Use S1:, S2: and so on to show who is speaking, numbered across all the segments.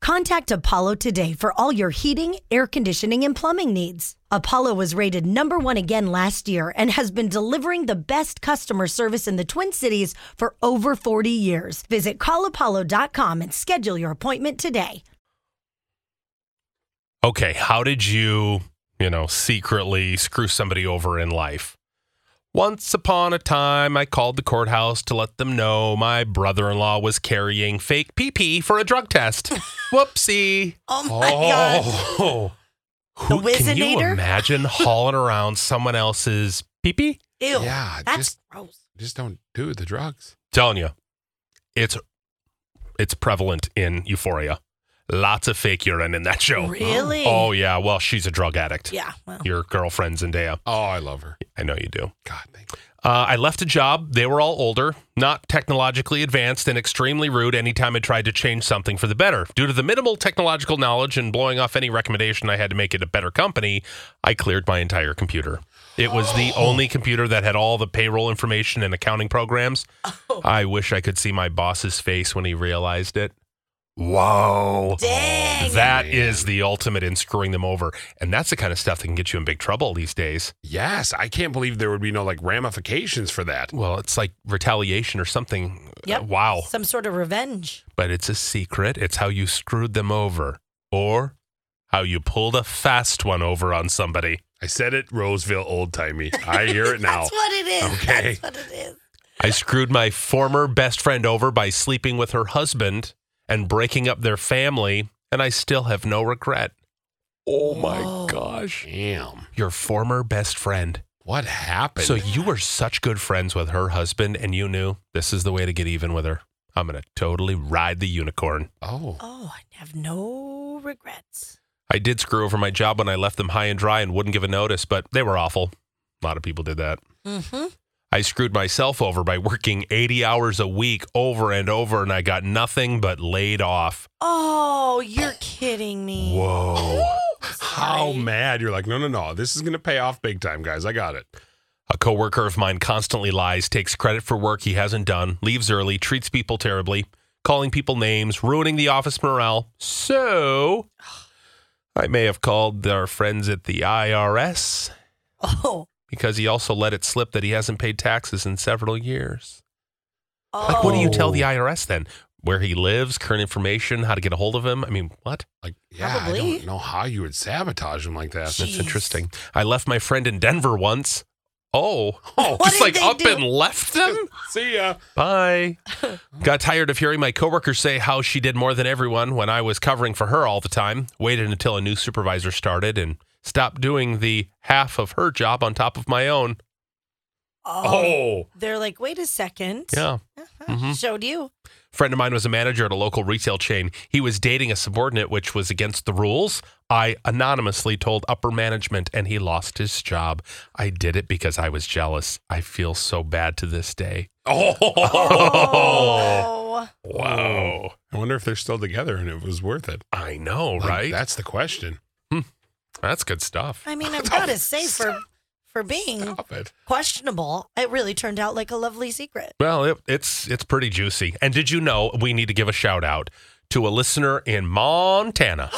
S1: Contact Apollo today for all your heating, air conditioning, and plumbing needs. Apollo was rated number one again last year and has been delivering the best customer service in the Twin Cities for over 40 years. Visit callapollo.com and schedule your appointment today.
S2: Okay, how did you, you know, secretly screw somebody over in life? Once upon a time, I called the courthouse to let them know my brother in law was carrying fake PP for a drug test. Whoopsie.
S1: Oh my God.
S2: Oh. Who,
S1: The
S2: can you
S1: Wizinator?
S2: imagine hauling around someone else's PP?
S1: Ew.
S3: Yeah,
S1: that's
S3: just-
S1: gross.
S3: Just don't do the drugs.
S2: Telling you, it's it's prevalent in Euphoria. Lots of fake urine in that show.
S1: Really?
S2: Oh yeah. Well, she's a drug addict.
S1: Yeah. Well,
S2: Your girlfriend's Zendaya.
S3: Oh, I love her.
S2: I know you do.
S3: God, thank you.
S2: Uh, I left a job. They were all older, not technologically advanced, and extremely rude anytime I tried to change something for the better. Due to the minimal technological knowledge and blowing off any recommendation I had to make it a better company, I cleared my entire computer. It was the only computer that had all the payroll information and accounting programs. I wish I could see my boss's face when he realized it. Whoa.
S1: dang.
S2: That
S3: man.
S2: is the ultimate in screwing them over. And that's the kind of stuff that can get you in big trouble these days.
S3: Yes, I can't believe there would be no like ramifications for that.
S2: Well, it's like retaliation or something. Uh,
S1: Yep.
S2: wow.
S1: Some sort of revenge.
S2: But it's a secret. It's how you screwed them over or how you pulled a fast one over on somebody.
S3: I said it, Roseville old timey. I hear it
S2: Oh.
S3: now.
S1: That's what it is.
S3: Okay.
S1: That's what it is.
S2: I screwed my former best friend over by sleeping with her husband and breaking up their family, and I still have no regret. Oh my gosh.
S3: Damn,
S2: Your former best friend.
S3: what happened?
S2: So you were such good friends with her husband, and you knew this is the way to get even with her. I'm going to totally ride the unicorn.
S3: oh,
S1: Oh, I have no regrets.
S2: I did screw over my job when I left them high and dry and wouldn't give a notice, but they were awful. A lot of people did that.
S1: Mm-hmm.
S2: I screwed myself over by working 80 hours a week over and over, and I got nothing but laid off.
S1: Oh, you're kidding me.
S2: Whoa.
S3: how
S1: Sorry.
S3: mad? You're like, no, no, no. This is gonna pay off big time, guys. I got it.
S2: A coworker of mine constantly lies, takes credit for work he hasn't done, leaves early, treats people terribly, calling people names, ruining the office morale. So, I may have called our friends at the IRS
S1: Oh.
S2: because he also let it slip that he hasn't paid taxes in several years.
S1: oh.
S2: Like, what do you tell
S3: Oh.
S2: the IRS then? Where he lives, current information, how to get a hold of him? I mean, what?
S3: Like, yeah, I
S1: Probably.
S3: don't know how you would sabotage him like that.
S1: Jeez.
S2: That's interesting. I left my friend in Denver once. Oh, oh,
S1: What
S2: just
S1: did
S2: like
S1: they
S2: up
S1: do?
S2: and left them?
S3: See ya.
S2: Bye. Got tired of hearing my coworkers say how she did more than everyone when I was covering for her all the time. Waited until a new supervisor started and stopped doing the half of her job on top of my own.
S1: Oh.
S3: Oh,
S1: They're like, wait a second.
S2: Yeah.
S1: Uh-huh.
S2: Mhm.
S1: Showed you.
S2: Friend of mine was a manager at a local retail chain. He was dating a subordinate, which was against the rules. I anonymously told upper management and he lost his job. I did it because I was jealous. I feel so bad to this day.
S3: oh,
S1: Oh.
S3: wow. I wonder if they're still together and it was worth it.
S2: I know,
S3: Like,
S2: right?
S3: That's the question.
S2: That's good stuff.
S1: I mean, I've got to say, for for being
S3: Stop it.
S1: questionable, it really turned out like a lovely secret.
S2: Well, it, it's it's pretty juicy. And did you know we need to give a shout out to a listener in Montana?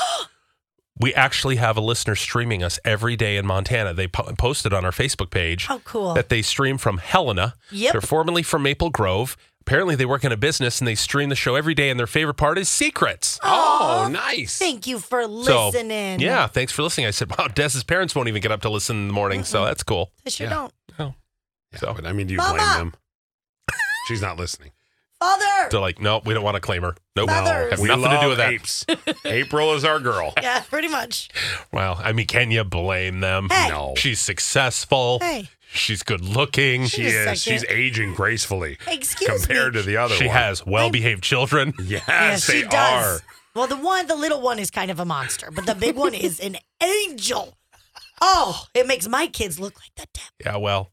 S2: we actually have a listener streaming us every day in Montana. They po- posted on our Facebook page.
S1: How cool.
S2: that they stream from Helena.
S1: Oh. Yep.
S2: They're formerly from Maple Grove. Apparently, they work in a business and they stream the show every day, and their favorite part is secrets.
S3: Oh, nice.
S1: Thank you for
S2: So,
S1: listening.
S2: yeah, thanks for listening. I said, wow, Des's parents won't even get up to listen in the morning, so that's cool.
S1: I sure
S3: Yeah.
S1: don't.
S3: Yeah,
S2: So-
S3: but I mean, do you blame
S1: Mama!
S3: them? She's not listening.
S1: Father.
S2: They're like, no, we don't want to claim her. Nope.
S1: Feathers.
S2: Have
S3: We
S2: nothing to
S3: love
S2: do with that.
S3: Apes. April is our girl.
S1: yeah, pretty much.
S2: Well, I mean, can you blame them?
S1: Hey.
S3: No.
S2: She's successful.
S1: Hey,
S2: She's good looking.
S3: She
S1: Wait a
S3: is.
S1: second.
S3: She's aging gracefully
S1: excuse
S3: compared
S1: me.
S3: to the other
S2: she
S3: one.
S2: has well behaved children.
S3: Yes,
S1: yeah, she
S3: they
S1: does.
S3: are.
S1: Well, the one, the little one is kind of a monster, but the big one is an angel. Oh, it makes my kids look like the devil.
S2: Yeah, well,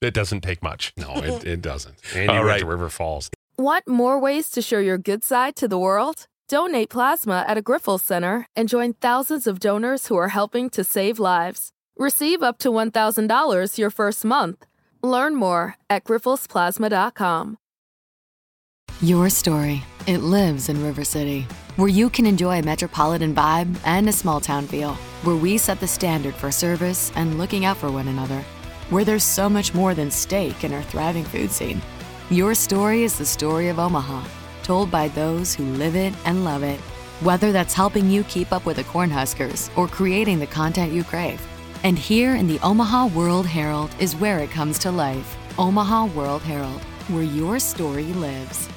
S2: it doesn't take much.
S3: No, it, it doesn't. And you
S2: All
S3: went
S2: right.
S3: to River Falls.
S4: Want more ways to show your good side to the world? Donate plasma at a Griffles Center and join thousands of donors who are helping to save lives. Receive up to $1,000 your first month. Learn more at grifflesplasma.com.
S5: Your story. It lives in River City, where you can enjoy a metropolitan vibe and a small town feel, where we set the standard for service and looking out for one another, where there's so much more than steak in our thriving food scene. Your story is the story of Omaha, told by those who live it and love it. Whether that's helping you keep up with the Cornhuskers or creating the content you crave. And here in the Omaha World Herald is where it comes to life. Omaha World Herald, where your story lives.